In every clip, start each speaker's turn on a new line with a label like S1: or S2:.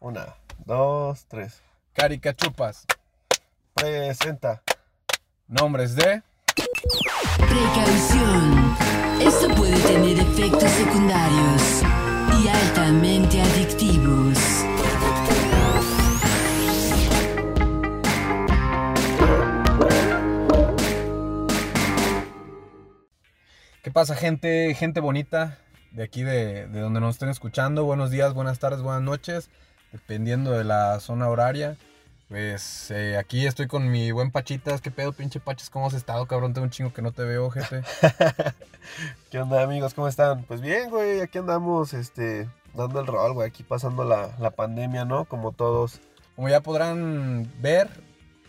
S1: Una, dos, tres.
S2: Caricachupas.
S1: Presenta.
S2: Nombres de.
S3: Precaución. Esto puede tener efectos secundarios y altamente adictivos.
S2: ¿Qué pasa, gente? Gente bonita de aquí, de, de donde nos estén escuchando. Buenos días, buenas tardes, buenas noches. Dependiendo de la zona horaria. Pues eh, aquí estoy con mi buen Pachitas. ¿Qué pedo, pinche Pachas? ¿Cómo has estado, cabrón? Tengo un chingo que no te veo, gente.
S1: ¿Qué onda, amigos? ¿Cómo están? Pues bien, güey, aquí andamos, este, dando el rol, güey, aquí pasando la, la pandemia, ¿no? Como todos.
S2: Como ya podrán ver,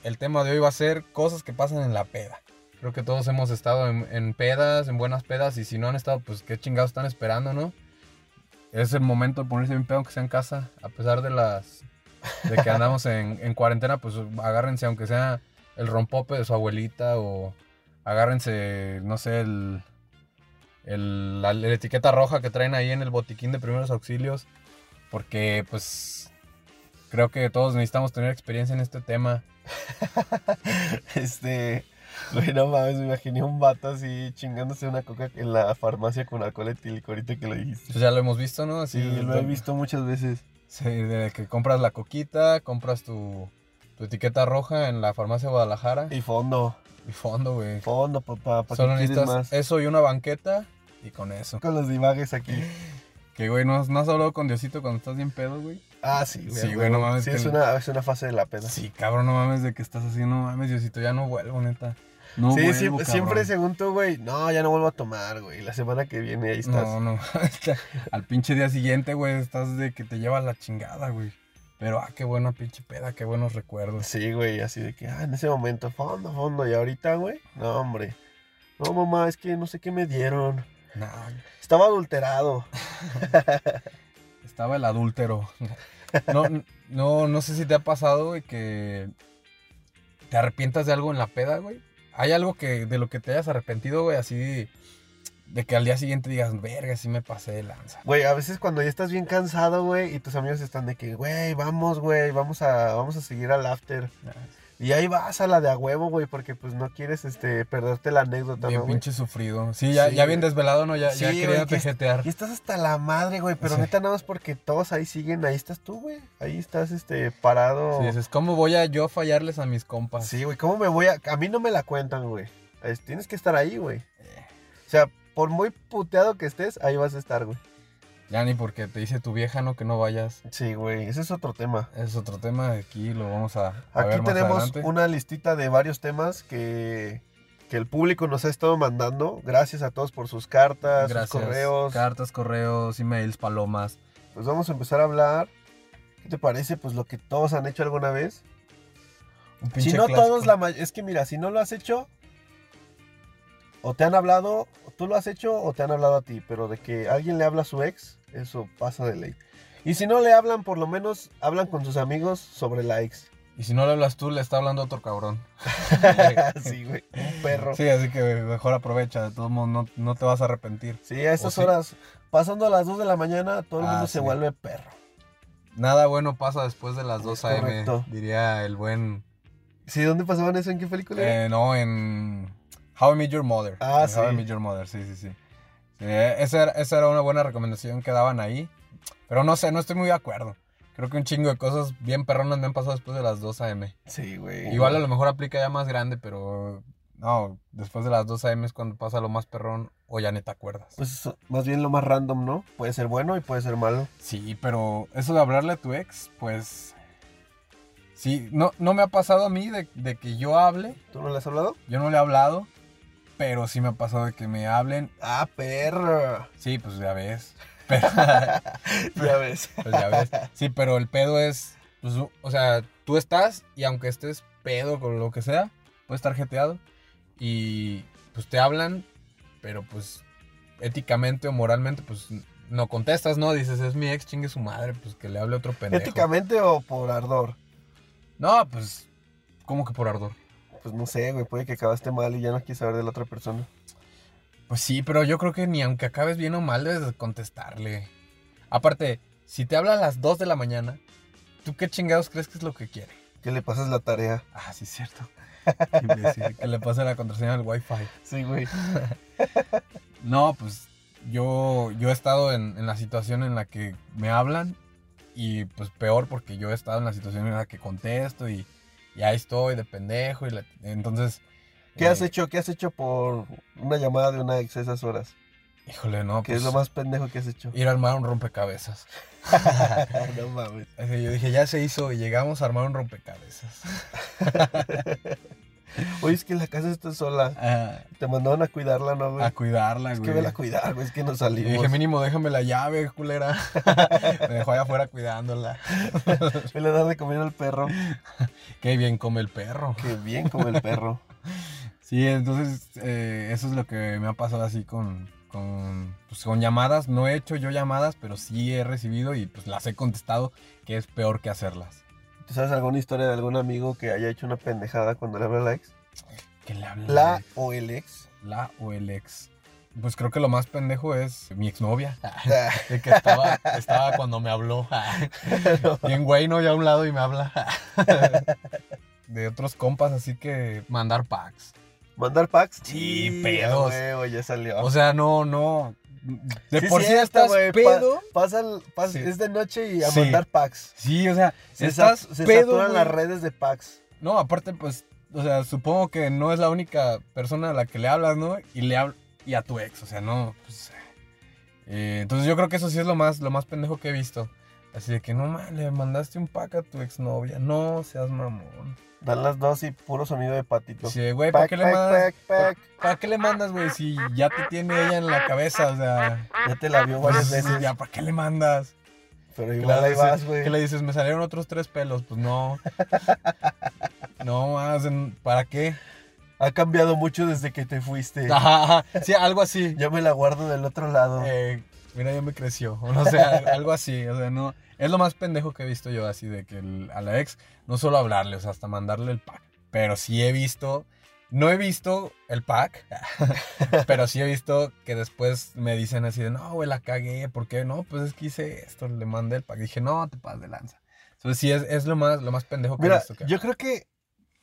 S2: el tema de hoy va a ser cosas que pasan en la peda. Creo que todos hemos estado en, en pedas, en buenas pedas, y si no han estado, pues qué chingados están esperando, ¿no? Es el momento de ponerse bien pedo aunque sea en casa, a pesar de las de que andamos en, en cuarentena, pues agárrense aunque sea el rompope de su abuelita o agárrense, no sé, el, el- la, la etiqueta roja que traen ahí en el botiquín de primeros auxilios, porque pues creo que todos necesitamos tener experiencia en este tema.
S1: Este, güey, no mames, me imaginé un vato así chingándose una coca en la farmacia con alcohol etílico ahorita que lo dijiste.
S2: Pues ya lo hemos visto, ¿no? Así,
S1: Sí, lo he visto muchas veces.
S2: Sí, de que compras la coquita, compras tu, tu etiqueta roja en la farmacia de Guadalajara y,
S1: Y fondo,
S2: fondo, güey.
S1: fondo, papá, ¿para
S2: Solo
S1: qué quieres
S2: necesitas
S1: más?
S2: eso y una banqueta y con eso.
S1: Con los divagues aquí.
S2: Que, güey, ¿no, has- no has hablado con Diosito cuando estás bien pedo, güey?
S1: Ah, sí, güey.
S2: Sí, güey, no mames,
S1: Sí,
S2: que-
S1: es una, es una fase de la peda.
S2: Sí, cabrón, no mames de que estás así, no mames, Diosito, ya no vuelvo, neta. No
S1: sí,
S2: vuelvo,
S1: siempre,
S2: cabrón.
S1: siempre según tú, güey, no, ya no vuelvo a tomar, güey. La semana que viene ahí estás.
S2: No, no, al pinche día siguiente, güey, estás de que te lleva la chingada, güey. Pero, ah, qué buena pinche peda, qué buenos recuerdos.
S1: Sí, güey, así de que, ah, en ese momento, fondo, fondo, y ahorita, güey, no, hombre. No, mamá, es que no sé qué me dieron.
S2: Nah,
S1: Estaba adulterado.
S2: Estaba el adúltero. No, no, no sé si te ha pasado, güey, que te arrepientas de algo en la peda, güey. ¿Hay algo que de lo que te hayas arrepentido, güey, así de que al día siguiente digas, verga, sí me pasé de lanza?
S1: Güey, a veces cuando ya estás bien cansado, güey, y tus amigos están de que, güey, vamos, güey, vamos a, vamos a seguir al after. Y ahí vas a la de a huevo, güey, porque pues no quieres, este, perderte la anécdota,
S2: Bien
S1: ¿no, güey?
S2: pinche sufrido. Sí, ya,
S1: Sí,
S2: ya bien
S1: güey.
S2: desvelado, ¿no? Ya, ya
S1: Sí,
S2: quería
S1: güey, que es-
S2: tejetear.
S1: Y estás hasta la madre, güey, pero
S2: Sí.
S1: neta nada más porque todos ahí siguen, ahí estás tú, güey. Ahí estás, este, parado.
S2: Sí, dices, ¿cómo voy a yo fallarles a mis compas?
S1: Sí, güey, ¿cómo me voy a...? A mí no me la cuentan, güey. Es- tienes que estar ahí, güey. O sea, por muy puteado que estés, ahí vas a estar, güey.
S2: Ya ni porque te dice tu vieja, no, que no vayas.
S1: Sí, güey, ese es otro tema.
S2: Es otro tema, aquí lo vamos a, a ver
S1: Aquí
S2: más
S1: tenemos
S2: adelante.
S1: una listita de varios temas que, que el público nos ha estado mandando. Gracias a todos por sus cartas,
S2: Gracias.
S1: sus correos.
S2: Cartas, correos, emails, palomas.
S1: pues vamos a empezar a hablar. ¿Qué te parece? Pues lo que todos han hecho alguna vez.
S2: Un
S1: Si
S2: pinche
S1: no
S2: clásico.
S1: todos, la may- es que mira, si no lo has hecho, o te han hablado, o tú lo has hecho o te han hablado a ti, pero de que alguien le habla a su ex, eso pasa de ley. Y si no le hablan, por lo menos hablan con sus amigos sobre la ex.
S2: Y si no le hablas tú, le está hablando otro cabrón.
S1: sí, güey, un perro. Sí,
S2: Sí, así que mejor aprovecha. De todos modos, no, no te vas a arrepentir.
S1: a estas
S2: O sí.
S1: horas, pasando a las 2 de la mañana, todo el
S2: Ah,
S1: mundo se
S2: sí.
S1: vuelve perro.
S2: Nada bueno pasa después de las 2
S1: Es
S2: a.m.
S1: correcto.
S2: Diría el buen.
S1: Sí, ¿dónde pasaban eso? ¿En qué película? era?
S2: eh, no, en How I Met Your Mother.
S1: Ah,
S2: En How I
S1: sí.
S2: Met Your Mother, sí, sí, sí. Sí, esa, era, esa era una buena recomendación que daban ahí. Pero no sé, no estoy muy de acuerdo. Creo que un chingo de cosas bien perronas me han pasado después de las 2 a.m.
S1: sí, güey.
S2: Eh, Igual a lo mejor aplica ya más grande, pero no, después de las 2 a.m. es cuando pasa lo más perrón o ya ni te acuerdas.
S1: Pues más bien lo más random, ¿no? Puede ser bueno y puede ser malo.
S2: Sí, pero eso de hablarle a tu ex, pues. Sí, no, no me ha pasado a mí de, de que yo hable.
S1: ¿Tú no le has hablado?
S2: Yo no le he hablado, pero sí me ha pasado de que me hablen.
S1: Ah, perro.
S2: Sí, pues ya ves. Pero,
S1: ya ves.
S2: pues ya ves. Sí, pero el pedo es. pues, o sea, tú estás y aunque estés pedo con lo que sea, puedes estar jeteado. Y pues te hablan, pero pues éticamente o moralmente, pues no contestas, ¿no? Dices, es mi ex, chingue su madre, pues que le hable otro pendejo.
S1: ¿Éticamente o por ardor?
S2: No, pues, ¿cómo que por ardor?
S1: Pues no sé, güey, puede que acabaste mal y ya no quieres saber de la otra persona.
S2: Pues sí, pero yo creo que ni aunque acabes bien o mal, debes de contestarle. Aparte, si te habla a las 2 de la mañana, ¿Tú qué chingados crees que es lo que quiere?
S1: Que le pasas la tarea.
S2: Ah, sí, es cierto. Imbécil, que le pase la contraseña del Wi-Fi.
S1: Sí, güey.
S2: No, pues yo, yo he estado en, en la situación en la que me hablan y pues peor porque yo he estado en la situación en la que contesto y, y ahí estoy de pendejo y la- entonces...
S1: ¿Qué
S2: eh,
S1: has hecho? ¿Qué has hecho por una llamada de una ex a esas horas?
S2: Híjole, no,
S1: ¿Qué
S2: pues
S1: es lo más pendejo que has hecho?
S2: ir a armar un rompecabezas.
S1: no mames.
S2: Así, Yo dije, ya se hizo y llegamos a armar un rompecabezas.
S1: Oye, es que la casa está sola.
S2: Ah,
S1: Te mandaron a cuidarla, ¿no, güey?
S2: a cuidarla,
S1: es
S2: güey.
S1: que vela a cuidar, güey. Es que no
S2: Y
S1: salimos.
S2: dije, mínimo, déjame la llave, culera. Me dejó allá afuera cuidándola.
S1: Vela a darle comer al perro.
S2: Qué bien come el perro.
S1: Qué bien como el perro.
S2: Sí, entonces eh, eso es lo que me ha pasado así con, con, pues, con llamadas. No he hecho yo llamadas, pero sí he recibido y pues las he contestado, que es peor que hacerlas.
S1: ¿Tú sabes alguna historia de algún amigo que haya hecho una pendejada cuando le habla a la ex?
S2: Que le hablan
S1: La
S2: de
S1: o el ex.
S2: la o el ex. Pues creo que lo más pendejo es mi exnovia,
S1: Ah,
S2: de que estaba, estaba cuando me habló. Bien güey, no, ya a un lado y me habla. De otros compas, así que mandar packs.
S1: ¿Mandar packs?
S2: Sí,
S1: a
S2: pedos.
S1: huevo, ya salió.
S2: O sea, no, no. De
S1: Sí,
S2: por sí
S1: cierto,
S2: estás
S1: güey, pa-
S2: pedo.
S1: Pasa el- pas-
S2: Sí.
S1: Es de noche y a
S2: Sí.
S1: mandar packs.
S2: Sí, o sea,
S1: Se,
S2: estás
S1: sat- se
S2: pedo,
S1: saturan
S2: güey.
S1: las redes de packs.
S2: No, aparte, pues, o sea, supongo que no es la única persona a la que le hablas, ¿no? Y le hab- y a tu ex, o sea, no, pues, eh, entonces yo creo que eso sí es lo más, lo más pendejo que he visto. Así de que, no, man, le mandaste un pack a tu exnovia. No seas mamón.
S1: Dan las dos y puro sonido de patito.
S2: Sí, güey, ¿para
S1: pack,
S2: qué
S1: pack,
S2: le mandas?
S1: pack, pack.
S2: ¿Para qué le mandas, güey? Si ya te tiene ella en la cabeza, o sea.
S1: Ya te la vio varias
S2: Pues,
S1: veces.
S2: ya, ¿para qué le mandas?
S1: Pero
S2: ¿Qué
S1: igual
S2: le
S1: ahí
S2: dices-
S1: vas, güey.
S2: ¿Qué le dices? Me salieron otros tres pelos. Pues no. no, hacen, ¿para qué?
S1: Ha cambiado mucho desde que te fuiste.
S2: Ajá, ajá. Sí, algo así.
S1: Ya me la guardo del otro lado.
S2: Eh, mira, ya me creció. O no sé, al- algo así. O sea, no. Es lo más pendejo que he visto yo, así de que el- a la ex, no solo hablarle, o sea, hasta mandarle el pack. Pero sí he visto. No he visto el pack, pero sí he visto que después me dicen así de, no, güey, la cagué, ¿por qué? No, pues es que hice esto, le mandé el pack. Dije, no, te pasas de lanza. Entonces sí, es, es lo, más, lo más pendejo que he
S1: Mira,
S2: visto. que-
S1: yo creo que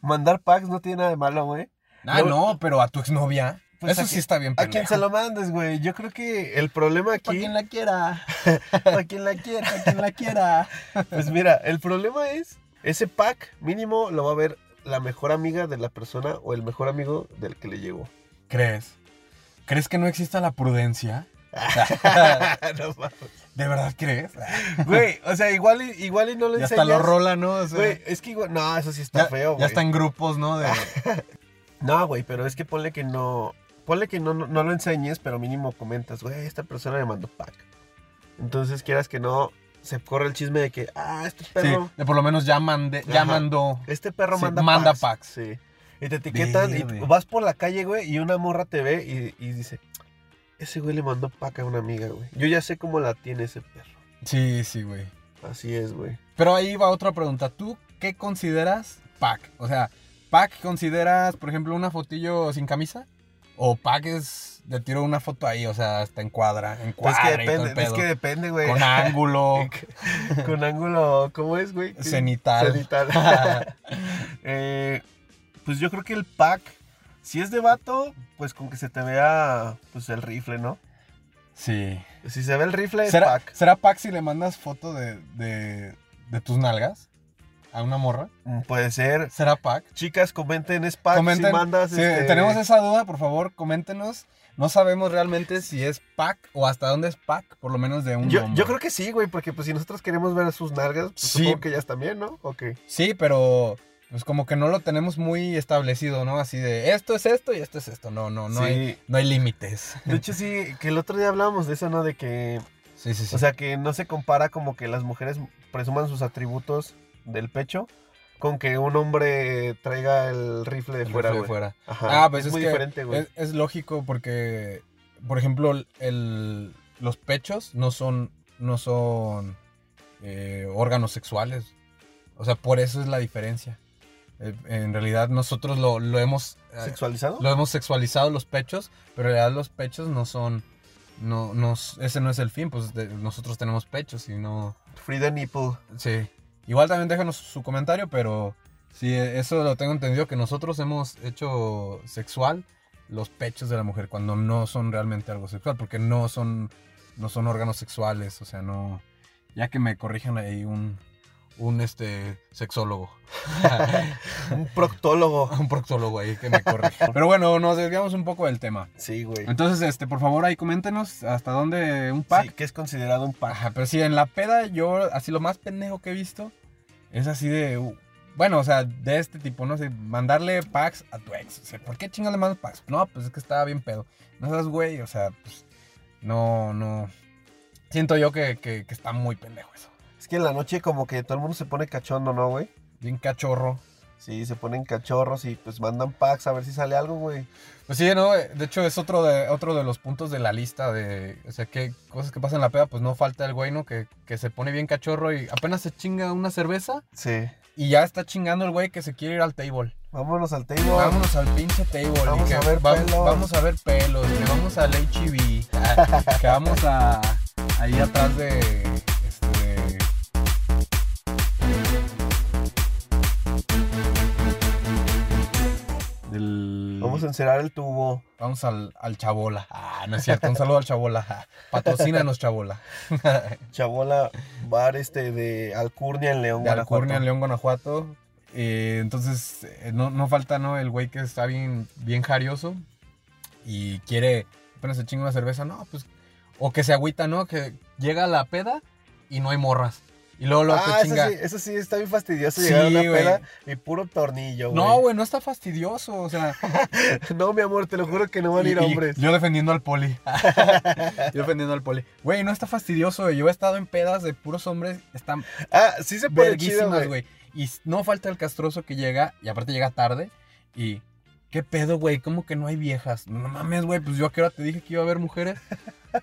S1: mandar packs no tiene nada de malo, güey.
S2: Ah,
S1: yo-
S2: no, pero a tu exnovia.
S1: Pues,
S2: eso
S1: ¿a
S2: sí
S1: quién-
S2: está bien
S1: A
S2: pendejo.
S1: quien se lo mandes, güey. Yo creo que el problema
S2: Pa'
S1: aquí,
S2: quien la quiera,
S1: a quien la quiera.
S2: pa' quien la quiera.
S1: Pues mira, el problema es, ese pack mínimo lo va a ver la mejor amiga de la persona o el mejor amigo del que le llegó.
S2: ¿Crees? ¿Crees que no exista la prudencia?
S1: No mames.
S2: ¿De verdad crees?
S1: Güey, o sea, igual y, igual y no le
S2: Y hasta lo
S1: enseñas.
S2: rola, ¿no? O sea,
S1: Güey, es que igual, no, eso sí está
S2: ya,
S1: feo, güey. Ah,
S2: ya está en grupos, ¿no? De,
S1: No, güey, pero es que ponle que no. Ponle que no, no, no lo enseñes, pero mínimo comentas, güey, esta persona me mandó pack. Entonces quieras que no, se corre el chisme de que, ah, este
S2: sí,
S1: perro.
S2: de por lo menos ya, mandé, ya
S1: Ajá.
S2: mandó.
S1: Este perro
S2: Sí,
S1: manda,
S2: manda
S1: packs.
S2: packs.
S1: Sí. Y te etiquetan y
S2: Verde.
S1: vas por la calle, güey, y una morra te ve y, y dice, ese güey le mandó pack a una amiga, güey. Yo ya sé cómo la tiene ese perro.
S2: Sí, sí, güey.
S1: Así es, güey.
S2: Pero ahí va otra pregunta. ¿Tú qué consideras pack? O sea, ¿pack consideras, por ejemplo, una fotillo sin camisa? ¿O pack es de tiro una foto ahí? O sea, hasta encuadra,
S1: Pues
S2: encuadra
S1: es que
S2: y todo el
S1: depende, es
S2: pedo.
S1: que depende, güey.
S2: Con ángulo,
S1: Con ángulo, ¿cómo es, güey? ¿Qué?
S2: cenital.
S1: Cenital. Eh, pues yo creo que el pack, si es de vato, pues con que se te vea pues el rifle, ¿no?
S2: sí.
S1: Si se ve el rifle, es
S2: ¿Será
S1: pack.
S2: será pack si le mandas foto de, de- de tus nalgas a una morra?
S1: Mm, Puede ser.
S2: ¿Será pack?
S1: Chicas, comenten, es pack.
S2: Comenten,
S1: si mandas,
S2: si
S1: este,
S2: tenemos esa duda, por favor, coméntenos. No sabemos realmente si es pack o hasta dónde es pack, por lo menos de un
S1: Yo,
S2: hombre.
S1: yo creo que sí, güey, porque pues si nosotros queremos ver sus nalgas, pues,
S2: Sí.
S1: supongo que ellas también, ¿no? Ok.
S2: Sí, pero pues como que no lo tenemos muy establecido, ¿no? Así de esto es esto y esto es esto. No, no, no
S1: Sí.
S2: hay, no hay límites.
S1: De hecho, sí, que el otro día hablábamos de eso, ¿no? De que,
S2: Sí, sí, sí.
S1: o sea, que no se compara como que las mujeres presuman sus atributos del pecho con que un hombre traiga el rifle de
S2: El
S1: fuera,
S2: rifle
S1: güey.
S2: fuera.
S1: Ajá.
S2: Ah, pues es
S1: muy
S2: que
S1: diferente, güey.
S2: Es, es lógico porque, por ejemplo, el- los pechos no son, no son eh, órganos sexuales. O sea, por eso es la diferencia. Eh, en realidad nosotros lo, lo hemos... eh,
S1: ¿Sexualizado?
S2: lo hemos sexualizado los pechos, pero en realidad los pechos no son... No, no, ese no es el fin, pues de- nosotros tenemos pechos y no...
S1: Free the nipple.
S2: Sí. Igual también déjenos su comentario, pero sí, e, eso lo tengo entendido, que nosotros hemos hecho sexual los pechos de la mujer cuando no son realmente algo sexual, porque no son, no son órganos sexuales, o sea, no... Ya que me corrijan ahí un, un este, sexólogo.
S1: Un proctólogo.
S2: un proctólogo ahí que me corrija. Pero bueno, nos desviamos un poco del tema.
S1: Sí, güey.
S2: Entonces, este, por favor, ahí coméntenos hasta dónde un pack.
S1: Sí, que es considerado un pack.
S2: Ajá, pero sí, en la peda yo, así lo más pendejo que he visto es así de. uh, bueno, o sea, de este tipo, no sé, mandarle packs a tu ex. O sea, ¿por qué chingas le mandas packs? No, pues es que estaba bien pedo. No seas güey, o sea, pues. No, no. Siento yo que, que- que está muy pendejo eso.
S1: Es que en la noche como que todo el mundo se pone cachondo, ¿no, güey?
S2: Bien cachorro.
S1: Sí, se ponen cachorros y pues mandan packs a ver si sale algo, güey.
S2: Pues sí, ¿no? De hecho, es otro de, otro de los puntos de la lista de, o sea, qué cosas que pasan en la peda, pues no falta el güey, ¿no? Que, que se pone bien cachorro y apenas se chinga una cerveza
S1: Sí.
S2: y ya está chingando el güey que se quiere ir al table.
S1: Vámonos al table.
S2: Vámonos al pinche table. y
S1: Vamos
S2: que
S1: a ver
S2: va-
S1: pelos.
S2: Vamos a ver pelos. Que vamos al HIV. ah, Que vamos a. Ahí atrás de. Este. Del.
S1: Vamos a encerar el tubo.
S2: Vamos al, al Chabola. Ah, no es cierto. Un saludo al Chabola. Ah, Patrocínanos, Chabola.
S1: Chabola, bar este de Alcurnia en León,
S2: De Alcurnia,
S1: Guanajuato.
S2: en León, Guanajuato. Eh, entonces, eh, no, no falta, ¿no? El güey que está bien, bien jarioso y quiere apenas se chinga una cerveza, ¿no? Pues, o que se agüita, ¿no? Que llega la peda y no hay morras. Y luego, luego
S1: Ah, eso
S2: te chinga.
S1: sí, eso sí está bien fastidioso
S2: Sí,
S1: llegar a una
S2: güey.
S1: peda y puro tornillo, güey.
S2: no, güey, no está fastidioso. O sea,
S1: No, mi amor, te lo juro que no van a
S2: Y-
S1: ir
S2: y
S1: hombres.
S2: Yo defendiendo al poli. yo defendiendo al poli. Güey, no está fastidioso. Yo he estado en pedas de puros hombres. Están
S1: Ah, sí se puede chido,
S2: verguísimas,
S1: güey.
S2: güey. Y s- no falta el castroso que llega, y aparte llega tarde, y... ¿Qué pedo, güey? ¿Cómo que no hay viejas? No mames, güey, pues yo a qué hora te dije que iba a haber mujeres.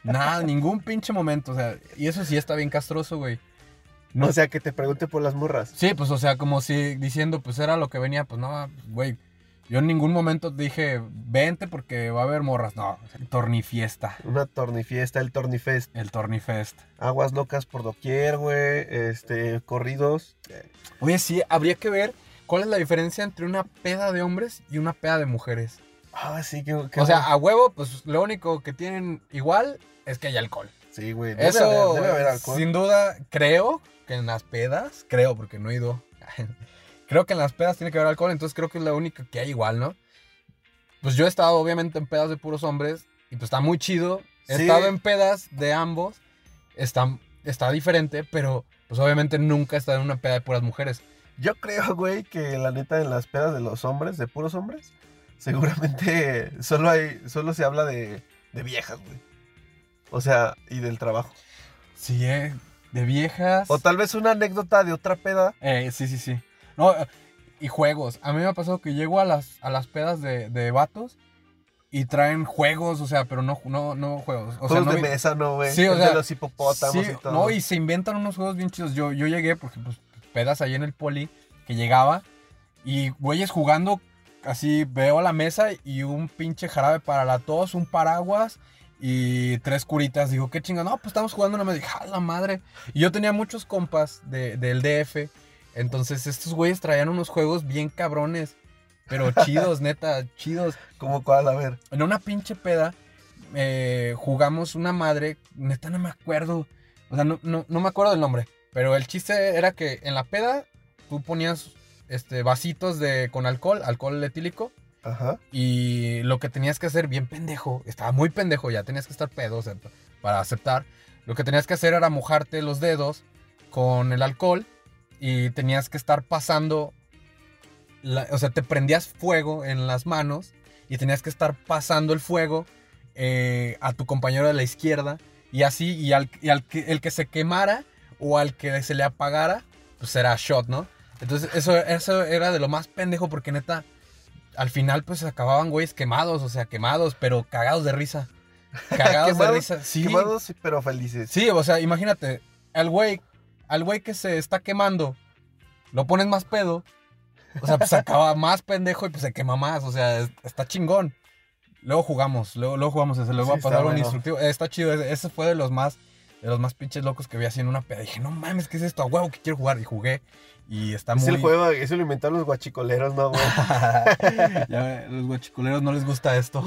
S2: Nada, ningún pinche momento, o sea, y eso sí está bien castroso, güey. No.
S1: O sea, que te pregunte por las morras.
S2: Sí, pues, o sea, como si diciendo, pues era lo que venía, pues no, güey. Yo en ningún momento dije, vente porque va a haber morras. No, tornifiesta,
S1: Una tornifiesta, el tornifest.
S2: el tornifest.
S1: Aguas locas por doquier, güey. Este, corridos.
S2: Oye, sí, habría que ver cuál es la diferencia entre una peda de hombres y una peda de mujeres.
S1: Ah, sí, que. que-
S2: O sea, a huevo, pues lo único que tienen igual es que hay alcohol.
S1: sí, güey. Debe
S2: Eso,
S1: haber, debe haber alcohol.
S2: sin duda, creo que en las pedas, creo, porque no he ido. creo que en las pedas tiene que haber alcohol, entonces creo que es la única que hay igual, ¿no? Pues yo he estado, obviamente, en pedas de puros hombres, y pues está muy chido. He
S1: Sí.
S2: estado en pedas de ambos, está, está diferente, pero pues obviamente nunca he estado en una peda de puras mujeres.
S1: Yo creo, güey, que la neta en las pedas de los hombres, de puros hombres, seguramente solo hay, solo se habla de, de viejas, güey. O sea, y del trabajo.
S2: Sí, eh, de viejas.
S1: O tal vez una anécdota de otra peda.
S2: Eh, sí, sí, sí. No, eh, y juegos. A mí me ha pasado que llego a las, a las pedas de, de vatos y traen juegos, o sea, pero no, no, no juegos. O sea,
S1: juegos
S2: no
S1: de
S2: vi-
S1: mesa, ¿no, güey?
S2: Sí, o
S1: El
S2: sea,
S1: de los hipopótamos
S2: Sí,
S1: y todo.
S2: No, y se inventan unos juegos bien chidos. Yo, yo llegué, porque pues pedas ahí en el poli, que llegaba y güeyes jugando, así veo la mesa y un pinche jarabe para la tos, un paraguas. Y tres curitas, digo, qué chinga, no, pues estamos jugando una mesa, dije, "Ah, la madre. Y yo tenía muchos compas de- del DF, entonces estos güeyes traían unos juegos bien cabrones, pero chidos, neta, chidos.
S1: Como cuál, a ver.
S2: En una pinche peda eh, jugamos una madre, neta no me acuerdo, o sea, no, no, no me acuerdo del nombre, pero el chiste era que en la peda tú ponías este, vasitos de, con alcohol, alcohol etílico,
S1: Ajá.
S2: y lo que tenías que hacer, bien pendejo, estaba muy pendejo, ya tenías que estar pedo, o sea, pa- para aceptar. Lo que tenías que hacer era mojarte los dedos con el alcohol y tenías que estar pasando, la- o sea, te prendías fuego en las manos y tenías que estar pasando el fuego eh, a tu compañero de la izquierda y así, y al, y al que, el que se quemara o al que se le apagara, pues era shot, ¿no? Entonces, eso, eso era de lo más pendejo porque neta, al final pues acababan güeyes quemados, o sea, quemados, pero cagados de risa. Cagados de
S1: Quemados-
S2: risa. Sí,
S1: Quemados, pero felices.
S2: sí, o sea, imagínate, al güey, al güey que se está quemando, lo pones más pedo, o sea, pues acaba más pendejo y pues se quema más, o sea, es- está chingón. Luego jugamos, luego, luego jugamos, se luego
S1: Sí,
S2: va a
S1: está
S2: pasar un
S1: bueno.
S2: instructivo. Eh, Está chido, ese ese fue de los más, de de los más pinches locos que vi así en una peda. Dije, no mames, ¿qué es esto? A huevo que quiero jugar. Y jugué. Y está
S1: Es
S2: muy.
S1: el juego, eso lo inventaron los guachicoleros, ¿no, güey?
S2: Ya, los guachiculeros no les gusta esto.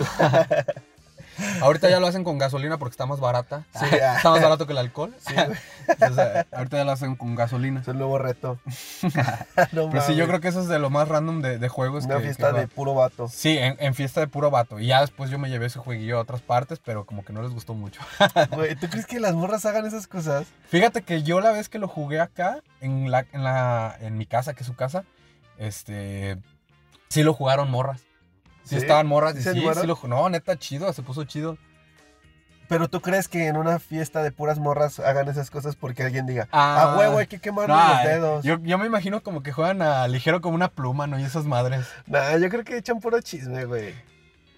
S2: ahorita ya lo hacen con gasolina porque está más barata.
S1: Sí, ah.
S2: está más barato que el alcohol.
S1: Sí, güey.
S2: Entonces, ahorita ya lo hacen con gasolina.
S1: Es el nuevo reto. no,
S2: Pero Pues sí, yo creo que eso es de lo más random de, de juegos.
S1: Una
S2: que- que
S1: fiesta
S2: juega.
S1: de puro vato.
S2: Sí, en, en fiesta de puro vato. Y ya después yo me llevé ese jueguillo a otras partes, pero como que no les gustó mucho.
S1: Güey, ¿tú crees que las morras hagan esas cosas?
S2: Fíjate que yo la vez que lo jugué acá, en, la, en, la, en mi casa, que es su casa, este, sí lo jugaron morras. Sí,
S1: ¿Sí?
S2: estaban morras
S1: ¿Sí
S2: y
S1: se
S2: sí,
S1: animaron?
S2: sí lo ju- No, neta, chido, se puso chido.
S1: Pero tú crees que en una fiesta de puras morras hagan esas cosas porque alguien diga,
S2: Ah.
S1: a huevo hay que quemarle
S2: Nah,
S1: los
S2: eh,
S1: dedos. Yo...
S2: Yo, yo me imagino como que juegan a ligero como una pluma, ¿no? Y esas madres.
S1: Nah, yo creo que echan puro chisme, güey.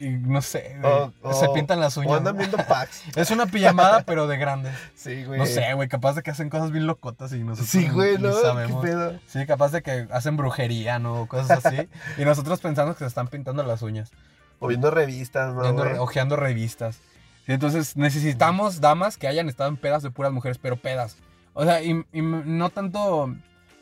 S2: Y no sé,
S1: O-
S2: güey, se
S1: o-
S2: pintan las
S1: O
S2: uñas.
S1: andan
S2: ¿no?
S1: viendo packs.
S2: Es una pijamada, pero de grandes.
S1: Sí, güey.
S2: No sé, güey, capaz de que hacen cosas bien locotas y nosotros
S1: Sí, güey,
S2: ni
S1: ¿no?
S2: sabemos.
S1: ¿Qué pedo?
S2: Sí, capaz de que hacen brujería, ¿no? Cosas así. y nosotros pensamos que se están pintando las uñas,
S1: O viendo revistas, ¿no?
S2: viendo-
S1: güey?
S2: ojeando revistas. Y entonces necesitamos damas que hayan estado en pedas de puras mujeres, pero pedas. O sea, y, y no tanto,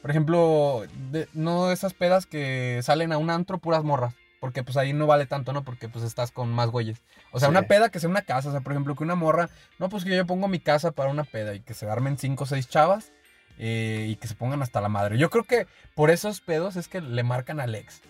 S2: por ejemplo, de- no esas pedas que salen a un antro puras morras. Porque pues ahí no vale tanto, ¿no? Porque pues estás con más güeyes. O sea,
S1: Sí.
S2: una peda que sea una casa. O sea, por ejemplo, que una morra. No, pues que yo pongo mi casa para una peda y que se armen cinco o seis chavas eh, y que se pongan hasta la madre. Yo creo que por esos pedos es que le marcan a Alex.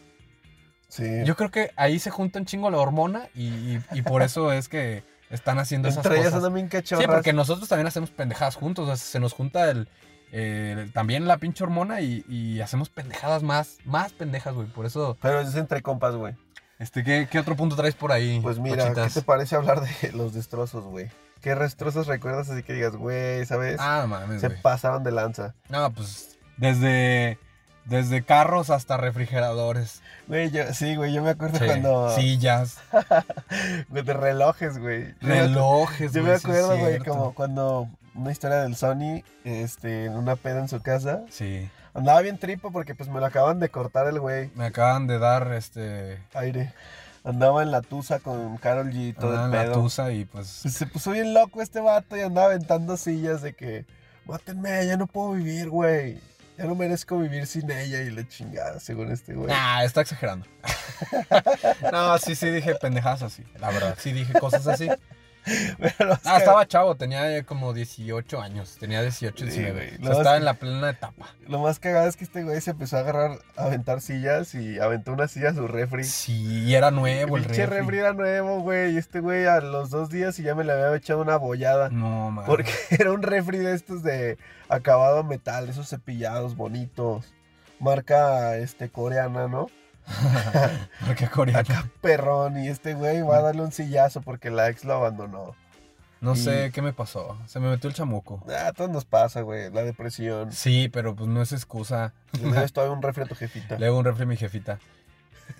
S1: Sí.
S2: Yo creo que ahí se junta un chingo la hormona y, y- y por eso es que están haciendo esas
S1: Entre ellas
S2: cosas.
S1: andan bien cachorras.
S2: Sí, porque nosotros también hacemos pendejadas juntos. o sea, se nos junta el, eh, también la pinche hormona y, y hacemos pendejadas más, más pendejas, güey. Por eso,
S1: Pero es entre compas, güey.
S2: este, ¿qué, qué otro punto traes por ahí?
S1: Pues mira,
S2: Pochitas?
S1: ¿qué te parece hablar de los destrozos, güey? ¿Qué destrozos recuerdas así que digas, güey, ¿sabes?
S2: Ah, mames,
S1: Se
S2: güey.
S1: pasaron de lanza.
S2: No, pues desde, desde carros hasta refrigeradores,
S1: Güey, yo, sí, güey, yo me acuerdo
S2: sí,
S1: cuando...
S2: sillas,
S1: güey, de relojes, güey. Yo me acu-
S2: relojes.
S1: Yo me
S2: güey, sí es
S1: acuerdo, güey,
S2: cierto.
S1: como cuando una historia del Sony, este, en una peda en su casa.
S2: Sí,
S1: Andaba bien tripo porque pues me lo acaban de cortar el güey.
S2: me acaban de dar este.
S1: Aire. Andaba en la tusa con Carol G y todo
S2: andaba en
S1: el
S2: Ah, la
S1: pedo.
S2: tusa y pues.
S1: Pues, se puso bien loco este vato y andaba aventando sillas de que, mátenme, ya no puedo vivir, güey. Ya no merezco vivir sin ella y la chingada, según este güey.
S2: Nah, está exagerando. no, sí, sí dije pendejadas así, la verdad. Sí dije cosas así.
S1: Pero, o sea,
S2: Ah, estaba chavo, tenía eh, como 18 años. Tenía 18,
S1: Sí,
S2: 19.
S1: güey,
S2: O sea,
S1: no, es
S2: estaba
S1: que-
S2: en la plena etapa.
S1: Lo más cagado es que este güey se empezó a agarrar, a aventar sillas y aventó una silla a su refri.
S2: Sí, y era nuevo el
S1: Pinche
S2: refri.
S1: refri era nuevo, güey. Y este güey a los dos días y ya me le había echado una bollada.
S2: No, mames.
S1: Porque era un refri de estos de acabado a metal, esos cepillados bonitos. Marca este coreana, ¿no?
S2: Porque coreano.
S1: Perrón. Y este güey va a darle un sillazo porque la ex lo abandonó.
S2: No sé
S1: Y-
S2: qué me pasó. Se me metió el chamuco.
S1: Ah, a todos nos pasa, güey. La depresión.
S2: Sí, pero pues no es excusa.
S1: Le debes todavía un refri a tu jefita.
S2: Le hago un refri a mi jefita.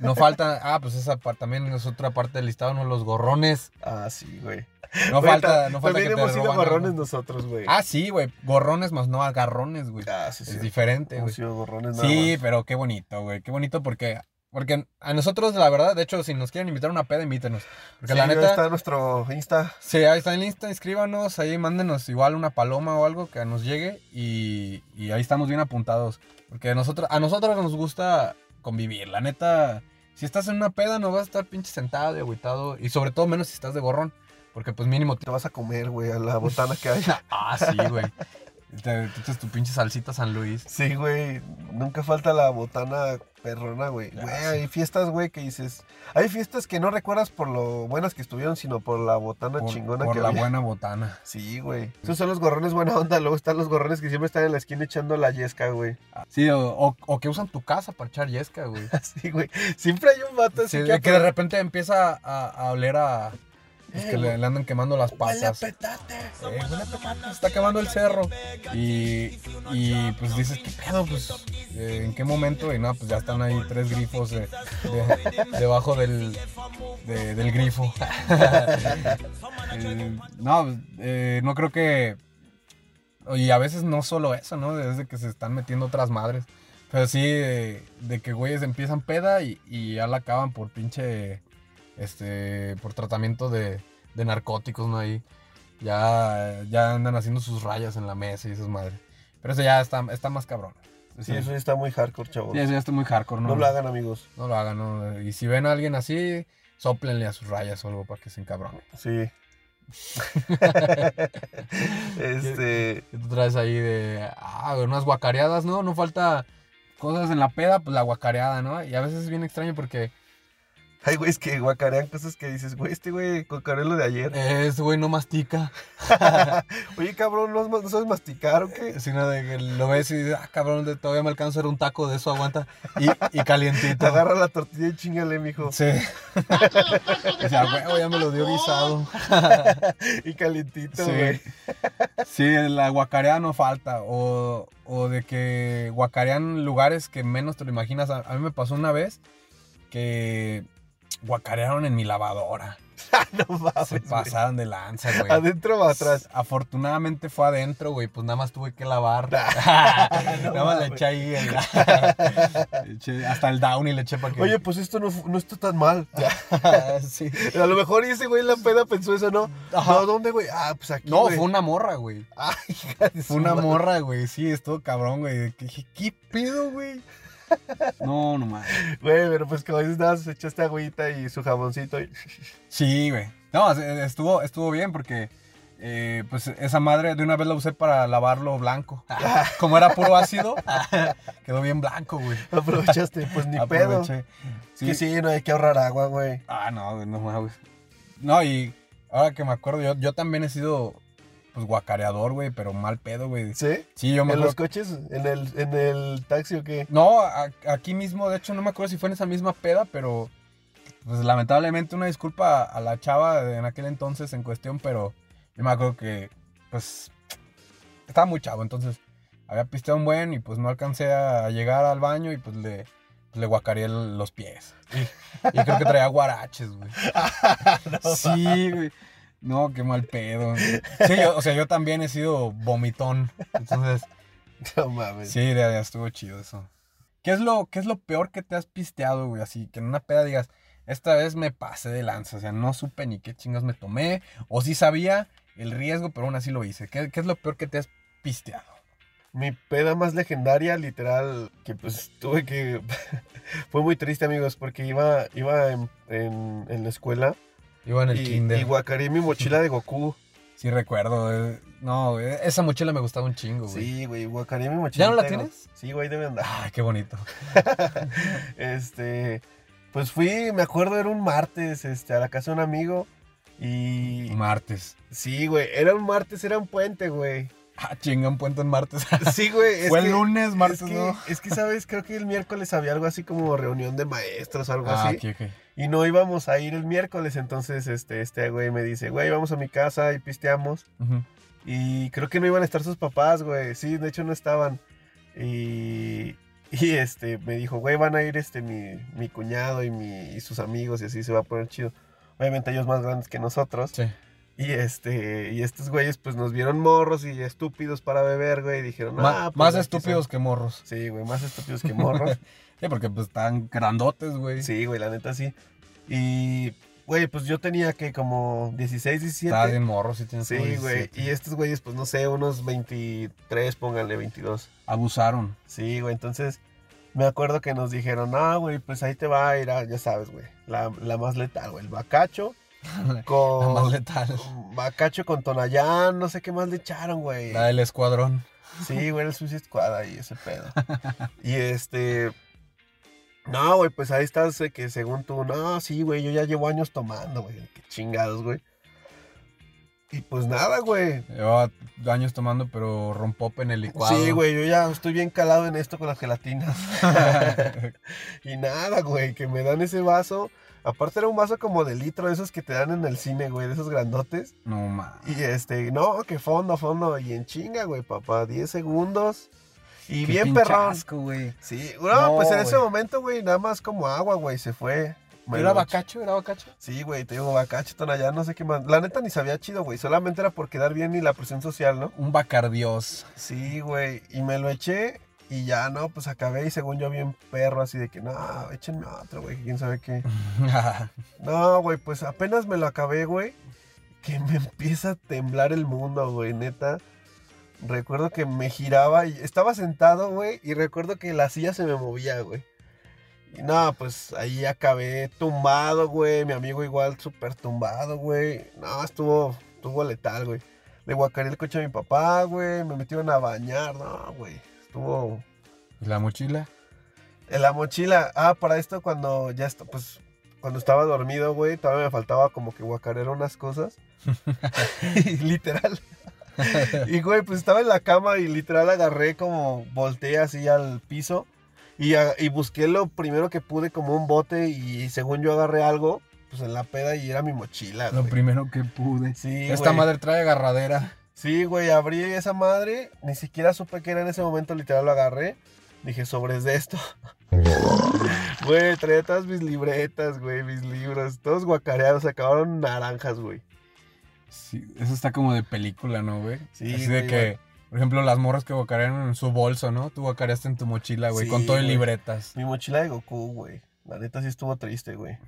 S2: No falta. Ah, pues esa parte también es otra parte del listado, ¿no? Los gorrones.
S1: Ah, sí, güey.
S2: No
S1: Güey,
S2: falta,
S1: ta-
S2: no falta que
S1: También
S2: te
S1: hemos sido
S2: roban
S1: gorrones
S2: algo.
S1: nosotros, güey.
S2: Ah, sí, güey. Gorrones más no agarrones, güey.
S1: Ah, sí,
S2: es
S1: sí.
S2: diferente,
S1: Hemos
S2: güey.
S1: sido gorrones nada
S2: Sí,
S1: más.
S2: pero qué bonito, güey. Qué bonito porque, porque a nosotros, la verdad, de hecho, si nos quieren invitar a una peda, invítenos. Porque
S1: Sí,
S2: la
S1: ahí
S2: neta,
S1: está nuestro Insta.
S2: sí, ahí está en Insta, inscríbanos, ahí mándenos igual una paloma o algo que nos llegue y, y ahí estamos bien apuntados. Porque nosotros, a nosotros nos gusta convivir, la neta. Si estás en una peda, no vas a estar pinche sentado y agüitado. Y sobre todo menos si estás de gorrón. Porque pues mínimo
S1: Te vas a comer, güey, a la botana que hay.
S2: Ah, sí, güey. Te te echas tu pinche salsita San Luis.
S1: Sí, güey. Nunca falta la botana perrona, güey.
S2: Ya,
S1: Güey,
S2: Ah, sí.
S1: hay fiestas, güey, que dices. Hay fiestas que no recuerdas por lo buenas que estuvieron, sino por la botana
S2: Por,
S1: chingona
S2: por
S1: que
S2: la
S1: había.
S2: buena botana.
S1: Sí, güey. Esos son los gorrones buena onda. Luego están los gorrones que siempre están en la esquina echando la yesca, güey.
S2: Sí, o, o- o que usan tu casa para echar yesca, güey.
S1: Así, güey. Siempre hay un vato
S2: Sí,
S1: así
S2: de que de repente empieza a, a oler a. pues,
S1: Eh,
S2: que le,
S1: güey.
S2: le andan quemando las
S1: Huele a
S2: patas.
S1: petate.
S2: Eh, huele a petate, está quemando el cerro. Y, y, pues dices, ¿qué pedo? Pues, eh, ¿en qué momento? Y no, pues ya están ahí tres grifos de- de- debajo del, de- del grifo. Eh, no, pues, eh, no creo que. Y a veces no solo eso, ¿no? Desde que se están metiendo otras madres. Pero sí, de, de que güeyes empiezan peda y, y ya la acaban por pinche. Este. Por tratamiento de, de narcóticos, ¿no? Ahí. Ya, ya andan haciendo sus rayas en la mesa y esas madres. Pero eso ya está, está más cabrón.
S1: Sí, eso ya está muy hardcore, chavos.
S2: Sí, eso ya está muy hardcore, ¿no?
S1: No lo hagan, amigos.
S2: No lo hagan, no. Y si ven a alguien así, soplenle a sus rayas o algo para que se encabrone.
S1: Sí. este.
S2: ¿Qué tú traes ahí de. Ah, unas guacareadas, ¿no? No falta cosas en la peda, pues la guacareada, ¿no? Y a veces es bien extraño porque
S1: Hay güeyes que guacarean cosas que dices, güey, este güey guacareó lo de ayer.
S2: eh, ese güey no mastica.
S1: Oye, cabrón, ¿no, has ma- no sabes masticar o qué?
S2: Sino de que lo ves y dices, ah, cabrón, de- todavía me alcanza a hacer un taco de eso, aguanta. Y, y
S1: Te
S2: calientito.
S1: agarra la tortilla y chingale, mijo.
S2: Sí. O sea, "Ah, huevo, ya me lo dio guisado.
S1: Y calientito, güey.
S2: Sí. Sí, la guacareada no falta. O, o de que guacarean lugares que menos te lo imaginas. A, a mí me pasó una vez que guacarearon en mi lavadora.
S1: No mames.
S2: Se
S1: Ah, pues, güey.
S2: pasaron de lanza, güey.
S1: Adentro o atrás.
S2: Afortunadamente fue adentro, güey. Pues nada más tuve que lavar. nada más
S1: mames.
S2: le eché ahí el- le eché hasta el down y le eché para que.
S1: Oye, pues esto no, fu- no está tan mal.
S2: sí.
S1: A lo mejor ese güey en la peda pensó eso, ¿no?
S2: Ajá.
S1: No, ¿dónde, güey? Ah, pues aquí.
S2: No,
S1: güey.
S2: fue una morra, güey.
S1: Ay, hija de su
S2: Fue una
S1: madre.
S2: morra, güey. Sí, estuvo cabrón, güey. Que dije, ¿qué pedo, güey? No, no mames.
S1: Güey, pero pues como dices, nada, se echó esta agüita y su jaboncito. y-
S2: Sí, güey. No, es- eh, estuvo, estuvo bien porque eh, pues esa madre de una vez la usé para lavarlo blanco. Como era puro ácido, quedó bien blanco, güey.
S1: Aprovechaste, pues ni pedo.
S2: Ah, Aproveché.
S1: Es que sí, no hay que ahorrar agua, güey.
S2: Ah, no, güey, no mames. No, y ahora que me acuerdo, yo, yo también he sido pues guacareador, güey, pero mal pedo, güey.
S1: ¿Sí?
S2: Sí, yo me
S1: ¿En
S2: acuerdo
S1: los coches? ¿En el, en el taxi o qué?
S2: No, a- aquí mismo, de hecho, no me acuerdo si fue en esa misma peda, pero pues lamentablemente una disculpa a, a la chava de- en aquel entonces en cuestión, pero yo me acuerdo que pues estaba muy chavo, entonces había pisteado un buen y pues no alcancé a llegar al baño y pues le, le guacareé el- los pies. Y, y creo que traía guaraches, güey. Sí, güey. No, qué mal pedo. Sí, yo- o sea, yo también he sido vomitón. Entonces,
S1: No mames.
S2: Sí, ya, ya estuvo chido eso. ¿Qué es, lo, ¿Qué es lo peor que te has pisteado, güey? Así que en una peda digas, esta vez me pasé de lanza, o sea, no supe ni qué chingas me tomé, o sí sabía el riesgo, pero aún así lo hice. ¿Qué, qué es lo peor que te has pisteado?
S1: Mi peda más legendaria, literal, que pues tuve que... Fue muy triste, amigos, porque iba, iba en, en- en la escuela
S2: Iba en el
S1: y,
S2: kinder.
S1: y guacareé mi mochila de Goku.
S2: Sí, recuerdo. eh, No, güey, esa mochila me gustaba un chingo, güey.
S1: Sí, güey, guacareé mi mochila.
S2: ¿Ya no la
S1: de Goku.
S2: tienes?
S1: Sí, güey, debe andar.
S2: Ay, qué bonito.
S1: Este, pues fui, me acuerdo, era un martes, este, a la casa de un amigo y...
S2: Mm. Martes.
S1: Sí, güey, era un martes, era un puente, güey.
S2: Ah, chinga, un puente en martes.
S1: Sí, güey. es
S2: Fue el
S1: que-
S2: lunes, martes,
S1: es que,
S2: ¿no?
S1: es que, ¿sabes? Creo que el miércoles había algo así como reunión de maestros o algo
S2: Ah,
S1: así.
S2: ok, ok.
S1: Y no íbamos a ir el miércoles, entonces este, este güey me dice, güey, vamos a mi casa y pisteamos.
S2: Ujú.
S1: Y creo que no iban a estar sus papás, güey. Sí, de hecho no estaban. Y, y, este, me dijo, güey, van a ir este, mi, mi cuñado y, mi, y sus amigos y así se va a poner chido. Obviamente ellos más grandes que nosotros.
S2: Sí.
S1: Y este, y estos güeyes pues nos vieron morros y estúpidos para beber, güey. Y dijeron,
S2: Ma-
S1: "Ah, pues,
S2: más
S1: aquí son".
S2: estúpidos que morros.
S1: Sí, güey, más estúpidos que morros.
S2: Sí, porque pues están grandotes, güey.
S1: Sí, güey, la neta sí. Y, güey, pues yo tenía que como 16, 17.
S2: Está bien morro, sí tienes como
S1: Sí, güey.
S2: 17.
S1: Y estos güeyes, pues no sé, unos 23, pónganle 22.
S2: Abusaron.
S1: Sí, güey, entonces me acuerdo que nos dijeron, no, güey, pues ahí te va a ir, a-", ya sabes, güey, la, la más letal, güey, el bacacho
S2: La más
S1: con...
S2: letal.
S1: Bacacho con Tonayán, no sé qué más le echaron, güey.
S2: La del escuadrón.
S1: Sí, güey, era el Suicide Squad ahí, ese pedo. Y este. No, güey, pues ahí estás, de que según tú, no, sí, güey, yo ya llevo años tomando, güey, qué chingados, güey. Y pues nada, güey.
S2: Llevaba años tomando, pero rompó en el licuado.
S1: Sí, güey, yo ya estoy bien calado en esto con las gelatinas. y nada, güey, que me dan ese vaso. Aparte era un vaso como de litro, de esos que te dan en el cine, güey, de esos grandotes.
S2: No mames.
S1: Y este, no, que fondo, fondo. Y en chinga, güey, papá, 10 segundos. Y
S2: Qué
S1: bien
S2: pinche
S1: perrón.
S2: asco, güey.
S1: Sí, no,
S2: No,
S1: pues en ese
S2: güey.
S1: momento, güey, nada más como agua, güey, se fue. Me
S2: ¿Era
S1: lo-
S2: bacacho? ¿Era bacacho?
S1: Sí, güey, te digo, bacacho, tonallá, no sé qué más. La neta ni sabía chido, güey, solamente era por quedar bien y la presión social, ¿no?
S2: Un bacardios.
S1: Sí, güey, y me lo eché y ya, no, pues acabé y según yo bien perro, así de que, no, échenme otro, güey, que quién sabe qué. No, güey, pues apenas me lo acabé, güey. que me empieza a temblar el mundo, güey, neta. Recuerdo que me giraba y estaba sentado, güey, y recuerdo que la silla se me movía, güey. Y no, pues ahí acabé tumbado, güey. Mi amigo igual súper tumbado, güey. No, estuvo, estuvo letal, güey. Le guacaré el coche a mi papá, güey. Me metieron a bañar, no, güey. Estuvo,
S2: ¿Y la mochila?
S1: en la mochila. Ah, para esto cuando ya está, pues cuando estaba dormido, güey, todavía me faltaba como que guacarear unas cosas. Y literal. Y güey, pues estaba en la cama y literal agarré como volteé así al piso y, a- y busqué lo primero que pude como un bote y según yo agarré algo, pues en la peda y era mi mochila.
S2: Lo
S1: güey.
S2: primero que pude.
S1: Sí,
S2: Esta
S1: güey.
S2: madre trae agarradera.
S1: Sí, güey, abrí esa madre, ni siquiera supe qué era en ese momento, literal lo agarré. Dije, sobres de esto. Güey, traía todas mis libretas, güey, mis libros, todos guacareados, se acabaron naranjas, güey.
S2: Sí, eso está como de película, ¿no, güey?
S1: Sí,
S2: Así
S1: güey,
S2: de que, por ejemplo, las morras que guacarearon en su bolso, ¿no? Tú guacareaste en tu mochila, güey,
S1: Sí,
S2: con todo y
S1: güey.
S2: libretas.
S1: Mi mochila de Goku, güey. La neta sí estuvo triste, güey.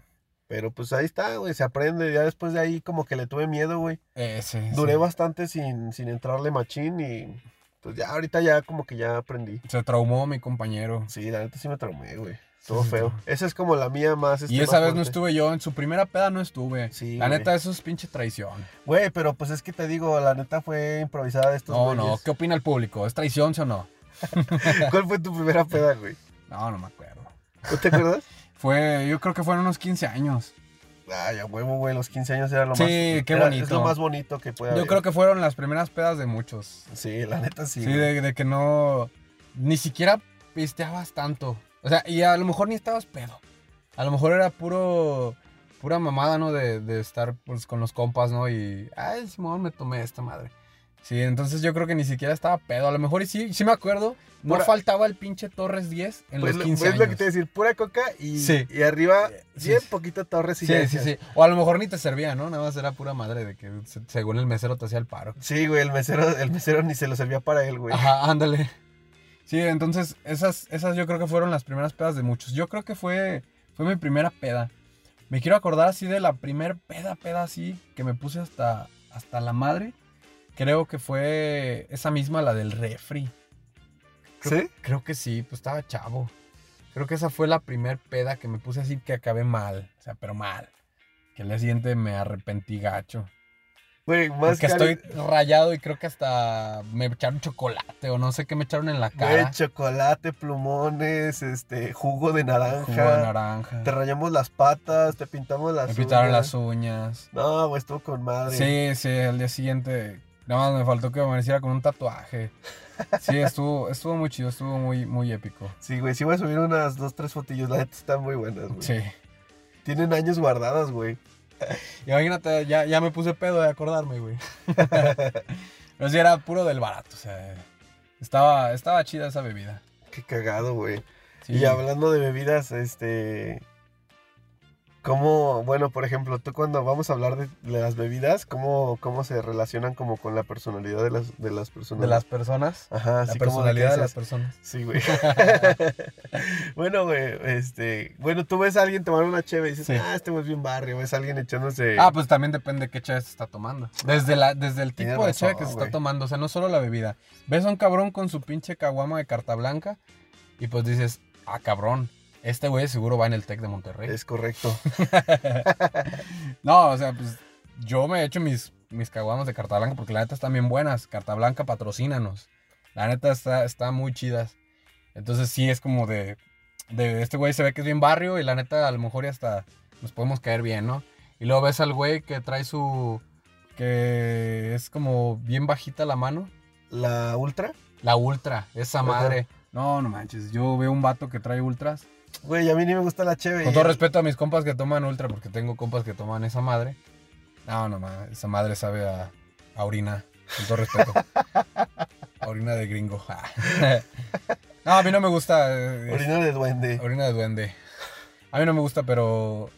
S1: Pero pues ahí está, güey, se aprende. Ya después de ahí como que le tuve miedo, güey.
S2: Ese.
S1: Duré bastante sin, sin entrarle machín y pues ya ahorita ya como que ya aprendí.
S2: Se traumó mi compañero.
S1: Sí, la neta sí me traumé, güey.
S2: Sí,
S1: Todo
S2: se
S1: feo.
S2: traumó.
S1: Esa es como la mía más... este,
S2: y esa
S1: más
S2: vez no
S1: fuerte.
S2: estuve yo, en su primera peda no estuve.
S1: Sí,
S2: La
S1: güey.
S2: neta, eso es pinche traición.
S1: Güey, pero pues es que te digo, la neta fue improvisada de estos
S2: No, no,
S1: güeyes.
S2: ¿qué opina el público? ¿Es traición sí o no?
S1: ¿Cuál fue tu primera peda, güey?
S2: No, no me acuerdo.
S1: ¿No te acuerdas?
S2: Fue, yo creo que fueron unos 15 años.
S1: Ay, a huevo, güey, los 15 años era lo
S2: Sí,
S1: más...
S2: qué
S1: era- Es
S2: bonito.
S1: lo más bonito que puede haber.
S2: Yo creo que fueron las primeras pedas de muchos.
S1: Sí, la neta sí,
S2: Sí,
S1: güey.
S2: de, de que no. Ni siquiera pisteabas tanto. O sea, y a lo mejor ni estabas pedo. A lo mejor era puro. Pura mamada, ¿no? De, de estar pues, con los compas, ¿no? Y. Ay, Simón, me tomé esta madre. Sí, entonces yo creo que ni siquiera estaba pedo. A lo mejor y sí, sí me acuerdo. No
S1: Pura-
S2: faltaba el pinche Torres 10 en
S1: Pues,
S2: los
S1: lo-
S2: 15
S1: pues
S2: años.
S1: lo que te iba a decir, pura coca y,
S2: Sí.
S1: y arriba
S2: Sí,
S1: bien
S2: sí.
S1: poquito torres y ya
S2: Sí, sí,
S1: decías-
S2: sí. O a lo mejor ni te servía, ¿no? Nada más era pura madre de que se- según el mesero te hacía el paro.
S1: Sí, güey, el mesero, el mesero ni se lo servía para él, güey.
S2: Ajá, ándale. Sí, entonces esas, esas yo creo que fueron las primeras pedas de muchos. Yo creo que fue, fue mi primera peda. Me quiero acordar así de la primer peda, peda así, que me puse hasta, hasta la madre. Creo que fue esa misma, la del refri. Creo-
S1: ¿Sí?
S2: Creo que sí, pues estaba chavo. Creo que esa fue la primer peda que me puse así que acabé mal. O sea, pero mal. Que al día siguiente me arrepentí gacho.
S1: Güey, más
S2: Porque
S1: caro-
S2: estoy rayado y creo que hasta me echaron chocolate o no sé qué me echaron en la
S1: Güey,
S2: cara.
S1: chocolate, plumones, este, jugo de naranja.
S2: Jugo de naranja.
S1: Te rayamos las patas, te pintamos las
S2: Me pintaron
S1: uñas.
S2: las uñas.
S1: No, güey, estuvo con madre.
S2: Sí, sí, al día siguiente. Nada más me faltó que amaneciera con un tatuaje. Sí, estuvo, estuvo muy chido, estuvo muy, muy épico.
S1: Sí, güey, sí voy a subir unas dos, tres fotillos, la neta están muy buenas, güey.
S2: Sí.
S1: Tienen años guardadas, güey.
S2: Imagínate, ya, ya me puse pedo de acordarme, güey. Pero sí, era puro del barato, o sea. Estaba, estaba chida esa bebida.
S1: Qué cagado, güey.
S2: Sí.
S1: Y hablando de bebidas, este... ¿Cómo, bueno, por ejemplo, tú cuando vamos a hablar de, de las bebidas, ¿cómo, cómo se relacionan como con la personalidad de las, de las personas?
S2: De las personas.
S1: Ajá,
S2: la
S1: así como de que
S2: personalidad de las
S1: dices-
S2: personas.
S1: Sí, güey. bueno, güey, este... Bueno, tú ves a alguien tomar una cheve y dices,
S2: Sí.
S1: ah, este güey es bien barrio. Ves a alguien echándose...
S2: Ah, pues también depende de qué cheve se está tomando. Desde, la, desde el
S1: Tienes
S2: tipo de cheve
S1: razón,
S2: que se
S1: güey.
S2: está tomando, o sea, no solo la bebida. Ves a un cabrón con su pinche caguama de carta blanca y pues dices, ah, cabrón, este güey seguro va en el Tec de Monterrey.
S1: Es correcto.
S2: No, o sea, pues yo me he hecho mis, mis caguamas de carta blanca porque la neta están bien buenas. Carta blanca, patrocínanos. La neta está, está muy chidas. Entonces sí es como de, de este güey se ve que es bien barrio y la neta a lo mejor ya hasta nos podemos caer bien, ¿no? Y luego ves al güey que trae su... que es como bien bajita la mano.
S1: La ultra...
S2: La ultra, esa
S1: Ajá.
S2: madre. No, no manches, yo veo un vato que trae ultras.
S1: Güey, a mí ni me gusta la cheve. eh.
S2: Con
S1: y-
S2: todo respeto a mis compas que toman ultra, porque tengo compas que toman esa madre. No, no, ma, esa madre sabe a, a orina. Con todo respeto. A orina de gringo. No, a mí no me gusta. eh,
S1: Orina de duende.
S2: Orina de duende. A mí no me gusta, pero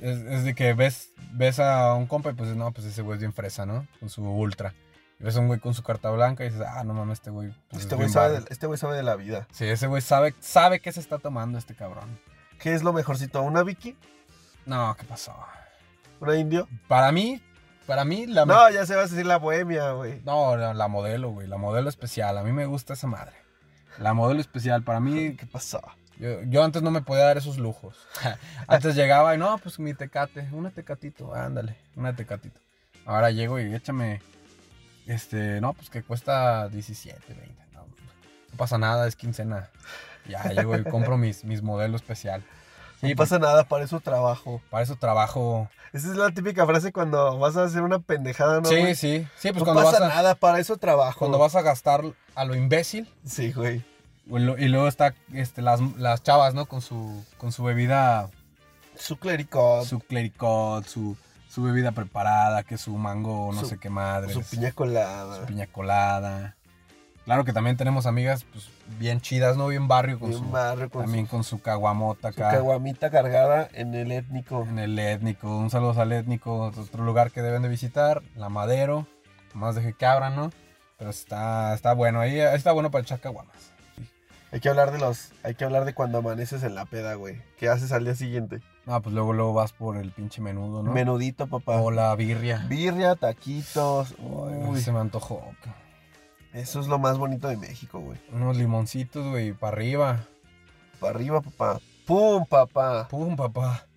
S2: es, es de que ves, ves a un compa y pues no, pues ese güey es bien fresa, ¿no? Con su ultra. Y ves a un güey con su carta blanca y dices, ah, no mames, este güey.
S1: Este
S2: pues, es
S1: güey
S2: bien
S1: sabe,
S2: barrio".
S1: de- este güey sabe de la vida.
S2: Sí, ese güey sabe, sabe qué se está tomando este cabrón.
S1: ¿Qué es lo mejorcito? ¿Una Vicky?
S2: No, ¿qué pasó?
S1: ¿Una indio?
S2: Para mí, para mí, la.
S1: No, ya se va a decir la bohemia, güey.
S2: No, la, la modelo, güey. La modelo especial. A mí me gusta esa madre. La modelo especial. Para mí,
S1: ¿Qué pasó?
S2: yo, yo antes no me podía dar esos lujos. antes llegaba y no, pues mi tecate. Una tecatito, ándale. Una tecatito. Ahora llego y échame. Este, no, pues que cuesta 17, 20. No, no pasa nada, es quincena. Ya llego y compro mis, mis modelos especial.
S1: No
S2: Sí, pues.
S1: pasa nada, para eso trabajo.
S2: para eso trabajo.
S1: Esa es la típica frase cuando vas a hacer una pendejada, ¿no?
S2: sí,
S1: güey?
S2: sí. Sí, pues
S1: no
S2: cuando,
S1: pasa
S2: vas a,
S1: nada, para eso trabajo.
S2: cuando vas a gastar a lo imbécil.
S1: Sí, güey.
S2: Y lo- y luego está este, las, las chavas, ¿no? Con su, con su bebida,
S1: Su clericot, su,
S2: su clericot, su, su bebida preparada, que su mango, no
S1: Su-
S2: sé qué madre.
S1: piña colada.
S2: colada. Claro que también tenemos amigas pues, bien chidas, ¿no? Bien barrio, con
S1: y un
S2: su,
S1: barrio con
S2: también
S1: su,
S2: con su caguamota
S1: su
S2: acá.
S1: caguamita cargada en el étnico.
S2: En el étnico, un saludo al étnico, otro lugar que deben de visitar, la Madero, más deje que abran, ¿no? Pero está, está bueno, ahí, ahí está bueno para echar caguamas.
S1: Hay que hablar de los, hay que hablar de cuando amaneces en la peda, güey. ¿Qué haces al día siguiente?
S2: Ah, pues luego, luego vas por el pinche menudo, ¿no?
S1: Menudito, papá.
S2: o la birria.
S1: Birria, taquitos.
S2: Ay,
S1: uy,
S2: güey, se me antojó. cabrón.
S1: eso es lo más bonito de México, güey.
S2: Unos limoncitos, güey, para arriba.
S1: Para arriba, papá. ¡Pum, papá!
S2: Pum, papá.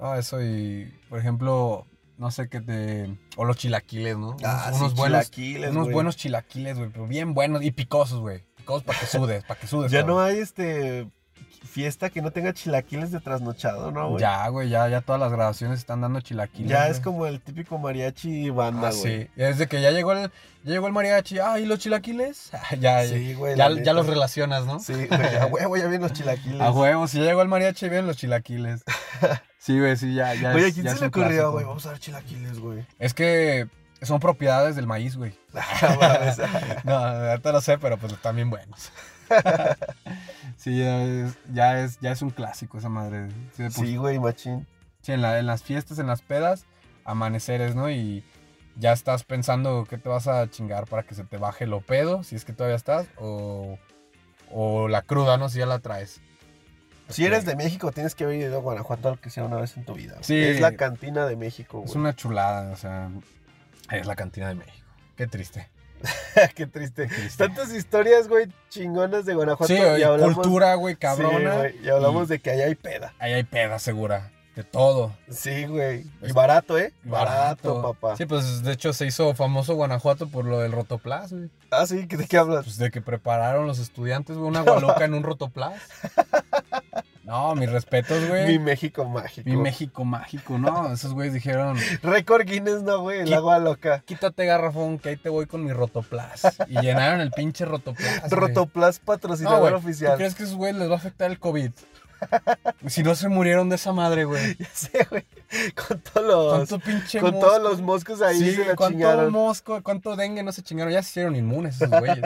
S2: No, eso y, por ejemplo, no sé qué te... O los chilaquiles, ¿no?
S1: Ah,
S2: unos
S1: sí,
S2: unos buenos,
S1: chilaquiles,
S2: unos
S1: güey.
S2: buenos chilaquiles, güey, pero bien buenos y picosos, güey. Picosos para que sudes, para que sudes.
S1: Ya
S2: cabrón.
S1: no hay este fiesta que no tenga chilaquiles de trasnochado, ¿no, güey?
S2: Ya, güey, ya, ya todas las grabaciones están dando chilaquiles.
S1: Ya
S2: güey.
S1: es como el típico mariachi banda,
S2: Ah,
S1: güey.
S2: sí. Desde que ya llegó el, ya llegó el mariachi. Ah, ¿y los chilaquiles? ya,
S1: Sí, güey.
S2: ya,
S1: la
S2: ya los
S1: neta.
S2: relacionas, ¿no?
S1: Sí, güey. A huevo, ya vienen los chilaquiles.
S2: A huevo, si ya llegó el mariachi, vienen los chilaquiles. Sí, güey, sí, ya, ya.
S1: Oye, ¿a
S2: es-
S1: quién
S2: ya
S1: se
S2: es
S1: le
S2: un
S1: ocurrió,
S2: clásico.
S1: güey? Vamos a ver chilaquiles, güey.
S2: Es que son propiedades del maíz, güey.
S1: Ah, mames.
S2: No, ahorita lo sé, pero pues están bien buenos. sí, ya es, ya es, ya es un clásico esa madre. Sí, de por-
S1: sí, güey, machín.
S2: sí, en, la- en las fiestas, en las pedas, amaneceres, ¿no? Y ya estás pensando qué te vas a chingar para que se te baje lo pedo, si es que todavía estás, o, o la cruda, ¿no? Si ya la traes.
S1: Si eres de México, tienes que haber ido a Guanajuato al que sea una vez en tu vida. güey.
S2: Sí.
S1: Es la cantina de México, güey.
S2: Es una chulada, o sea, es la cantina de México. Qué triste.
S1: Qué triste.
S2: qué triste.
S1: Tantas historias, güey, chingonas de Guanajuato.
S2: Sí,
S1: y hablamos-
S2: cultura, güey,
S1: Sí,
S2: cabrona.
S1: güey, y hablamos
S2: Y-
S1: de que allá hay peda.
S2: Ahí hay peda segura, de todo.
S1: Sí, güey. Y
S2: Es-
S1: barato, ¿eh? Barato, papá.
S2: Sí, pues de hecho se hizo famoso Guanajuato por lo del rotoplas, güey.
S1: Ah, sí, ¿de qué hablas?
S2: Pues de que prepararon los estudiantes, güey, una gualuca en un rotoplas. No, mis respetos,
S1: Mi
S2: Pues, güey.
S1: México mágico.
S2: Mi México mágico, ¿no? Esos güeyes dijeron,
S1: Récord Guinness, no, güey. El
S2: Qui-
S1: agua loca.
S2: quítate garrafón, que ahí te voy con mi rotoplas. Y llenaron el pinche rotoplas. güey.
S1: Rotoplas
S2: No,
S1: patrocinador
S2: güey, ¿Tú
S1: oficial.
S2: crees que a esos güeyes les va a afectar el COVID? Si no se murieron de esa madre, güey.
S1: Ya sé, güey. Con todos los.
S2: ¿Cuánto pinche
S1: Con
S2: mosco?
S1: todos los moscos ahí
S2: sí,
S1: se la
S2: cuánto
S1: chingaron.
S2: mosco, cuánto dengue no se chingaron. Ya se hicieron inmunes esos güeyes.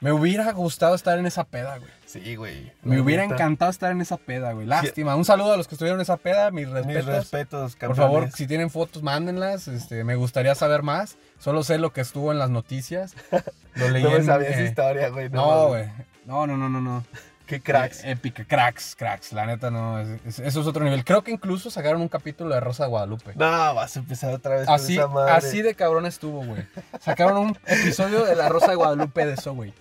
S2: Me hubiera gustado estar en esa peda, güey.
S1: Sí, güey.
S2: Me
S1: La
S2: hubiera
S1: neta.
S2: encantado estar en esa peda, güey. Lástima. Un saludo a los que estuvieron en esa peda. Mis
S1: Mis
S2: respetos.
S1: respetos,
S2: Por
S1: campeones.
S2: favor, si tienen fotos, mándenlas. Este, me gustaría saber más. Solo sé lo que estuvo en las noticias. Lo leí
S1: No me
S2: en,
S1: sabía
S2: eh,
S1: esa historia, güey.
S2: No,
S1: mames.
S2: güey. No, no, no, no, no.
S1: Qué cracks.
S2: Eh, épica. Cracks, cracks. La neta, no. es- es- eso es otro nivel. Creo que incluso sacaron un capítulo de Rosa de Guadalupe.
S1: No, vas a empezar otra vez
S2: eh. Así,
S1: con esa madre.
S2: así de cabrón estuvo, güey. Sacaron un episodio de La Rosa de Guadalupe de eso, güey.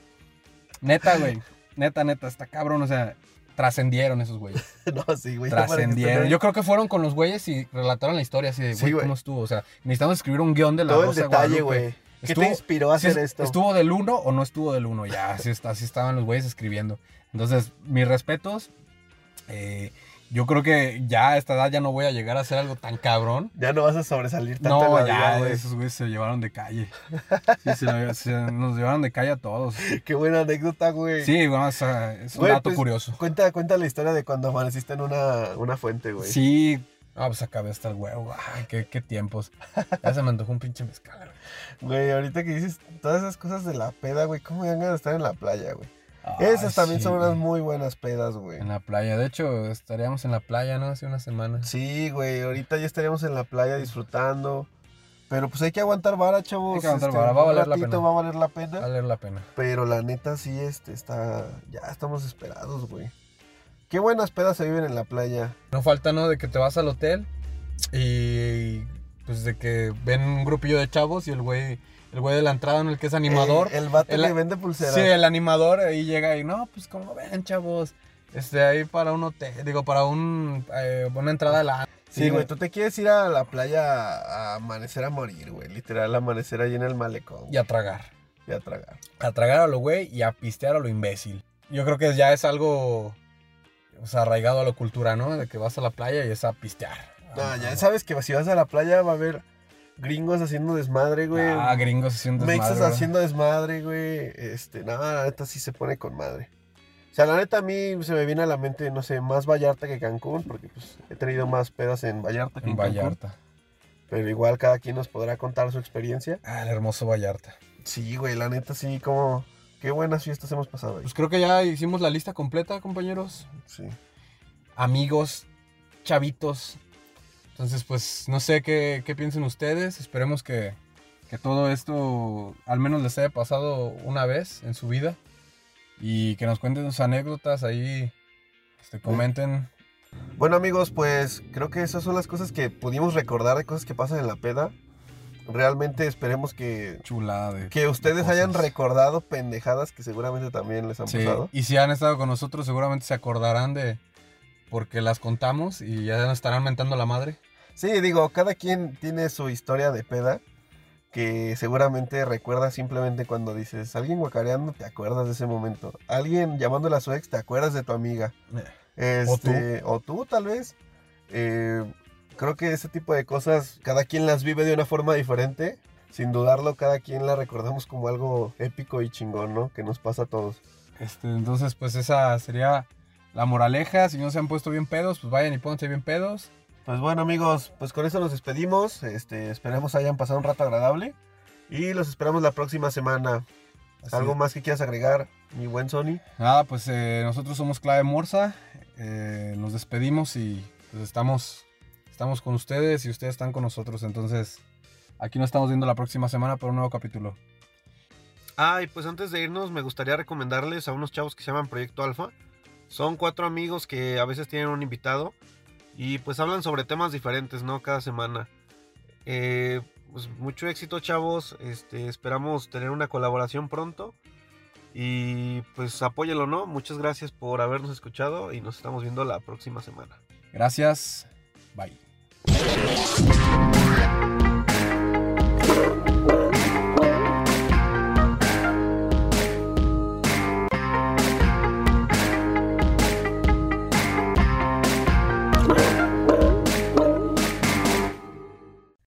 S2: Neta, güey. Neta, neta, está cabrón. O sea, trascendieron esos güeyes.
S1: No, sí, güey.
S2: Trascendieron. Yo creo que fueron con los güeyes y relataron la historia así de,
S1: Sí,
S2: güey,
S1: güey.
S2: ¿cómo estuvo? O sea, necesitamos escribir un guión de La
S1: Todo el
S2: Rosa de
S1: detalle,
S2: Guadalupe.
S1: güey. ¿Qué
S2: Estuvo-
S1: te inspiró a
S2: si
S1: hacer
S2: es-
S1: esto?
S2: ¿Estuvo del 1 o no estuvo del 1? Ya, así, está- así estaban los güeyes escribiendo. Entonces, mis respetos. Eh, yo creo que ya a esta edad ya no voy a llegar a hacer algo tan cabrón.
S1: Ya no vas a sobresalir tanto en
S2: No,
S1: la vida,
S2: ya,
S1: güey.
S2: esos güeyes se llevaron de calle. Sí, se, la- se- nos llevaron de calle a todos.
S1: Qué buena anécdota, güey.
S2: Sí, bueno, es, ah, es un
S1: Güey,
S2: dato
S1: pues,
S2: curioso.
S1: Cuenta, cuenta la historia de cuando amaneciste en una, una fuente, güey.
S2: Sí. Ah, pues acabé hasta el huevo. Ay, qué, qué tiempos. Ya se me antojó un pinche mezcal. güey.
S1: Güey, ahorita que dices todas esas cosas de la peda, güey, ¿cómo me dan ganas de estar en la playa, güey?
S2: Ay,
S1: Esas también
S2: sí,
S1: son unas
S2: güey.
S1: muy buenas pedas, güey.
S2: En la playa. De hecho, estaríamos en la playa, ¿no? Hace una semana.
S1: Sí, güey, ahorita ya estaríamos en la playa disfrutando. Pero pues hay que aguantar vara, chavos. este,
S2: Hay que aguantar vara, va a
S1: un
S2: valer la
S1: ratito
S2: pena.
S1: va a valer la pena.
S2: Vale la pena.
S1: Pero la neta sí, este, está... Ya estamos esperados, güey. Qué buenas pedas se viven en la playa.
S2: No falta, ¿no? De que te vas al hotel y pues de que ven un grupillo de chavos y el güey, el güey de la entrada en el que es animador.
S1: Ey, Eh, el vato
S2: el-
S1: que vende pulseras.
S2: sí, el animador ahí llega y no, pues como ven, chavos. Este, ahí para un hotel, digo, para un, eh, una entrada a la...
S1: Sí, güey, tú te quieres ir a la playa a amanecer a morir, güey. Literal, amanecer ahí en el malecón
S2: Y a tragar.
S1: y a tragar.
S2: a tragar a lo güey y a pistear a lo imbécil. Yo creo que ya es algo o sea, arraigado a la cultura, ¿no? De que vas a la playa y es a pistear. Ah,
S1: No, Ah, ya sabes que si vas a la playa va a haber gringos haciendo desmadre, güey.
S2: Ah, gringos haciendo
S1: Mexas
S2: desmadre,
S1: haciendo desmadre, güey. Este, nada, la neta sí se pone con madre. O sea, la neta a mí se me viene a la mente, no sé, más Vallarta que Cancún, porque pues he tenido más pedas en Vallarta que en,
S2: En
S1: Cancún.
S2: Vallarta.
S1: Pero igual cada quien nos podrá contar su experiencia.
S2: Ah, el hermoso Vallarta.
S1: Sí, güey, la neta sí, como... Qué buenas fiestas hemos pasado ahí.
S2: Pues creo que ya hicimos la lista completa, compañeros.
S1: Sí.
S2: Amigos, chavitos. Entonces, pues no sé qué, qué piensen ustedes. Esperemos que, que todo esto al menos les haya pasado una vez en su vida. Y que nos cuenten sus anécdotas ahí. Este, comenten
S1: Bueno amigos, pues creo que esas son las cosas que pudimos recordar de cosas que pasan en la peda. Realmente esperemos que,
S2: chulada de
S1: que ustedes
S2: cosas.
S1: hayan recordado pendejadas que seguramente también les han
S2: Sí,
S1: pasado.
S2: y si han estado con nosotros seguramente se acordarán de porque las contamos y ya nos estarán mentando la madre.
S1: Sí, digo, cada quien tiene su historia de peda que seguramente recuerda simplemente cuando dices, alguien guacareando, te acuerdas de ese momento. Alguien llamándole a su ex, te acuerdas de tu amiga. Este, o tú, tal vez. Eh, creo que ese tipo de cosas, cada quien las vive de una forma diferente. Sin dudarlo, cada quien la recordamos como algo épico y chingón, ¿no? Que nos pasa a todos.
S2: Este, entonces pues esa sería la moraleja, si no se han puesto bien pedos, pues vayan y pónganse bien pedos.
S1: Pues bueno, amigos, pues con eso nos despedimos. Este, esperemos hayan pasado un rato agradable. Y los esperamos la próxima semana.
S2: Así-
S1: ¿Algo más que quieras agregar, mi buen Sony?
S2: Nada, pues eh, nosotros somos Clave Morsa, eh, nos despedimos y pues estamos estamos con ustedes y ustedes están con nosotros, entonces aquí nos estamos viendo la próxima semana para un nuevo capítulo.
S1: Ah, y pues antes de irnos me gustaría recomendarles a unos chavos que se llaman Proyecto Alfa. Son cuatro amigos que a veces tienen un invitado y pues hablan sobre temas diferentes, ¿no? Cada semana. Eh, pues mucho éxito, chavos. Este, esperamos tener una colaboración pronto. Y pues apóyelo, ¿no? Muchas gracias por habernos escuchado y nos estamos viendo la próxima semana.
S2: Gracias. Bye.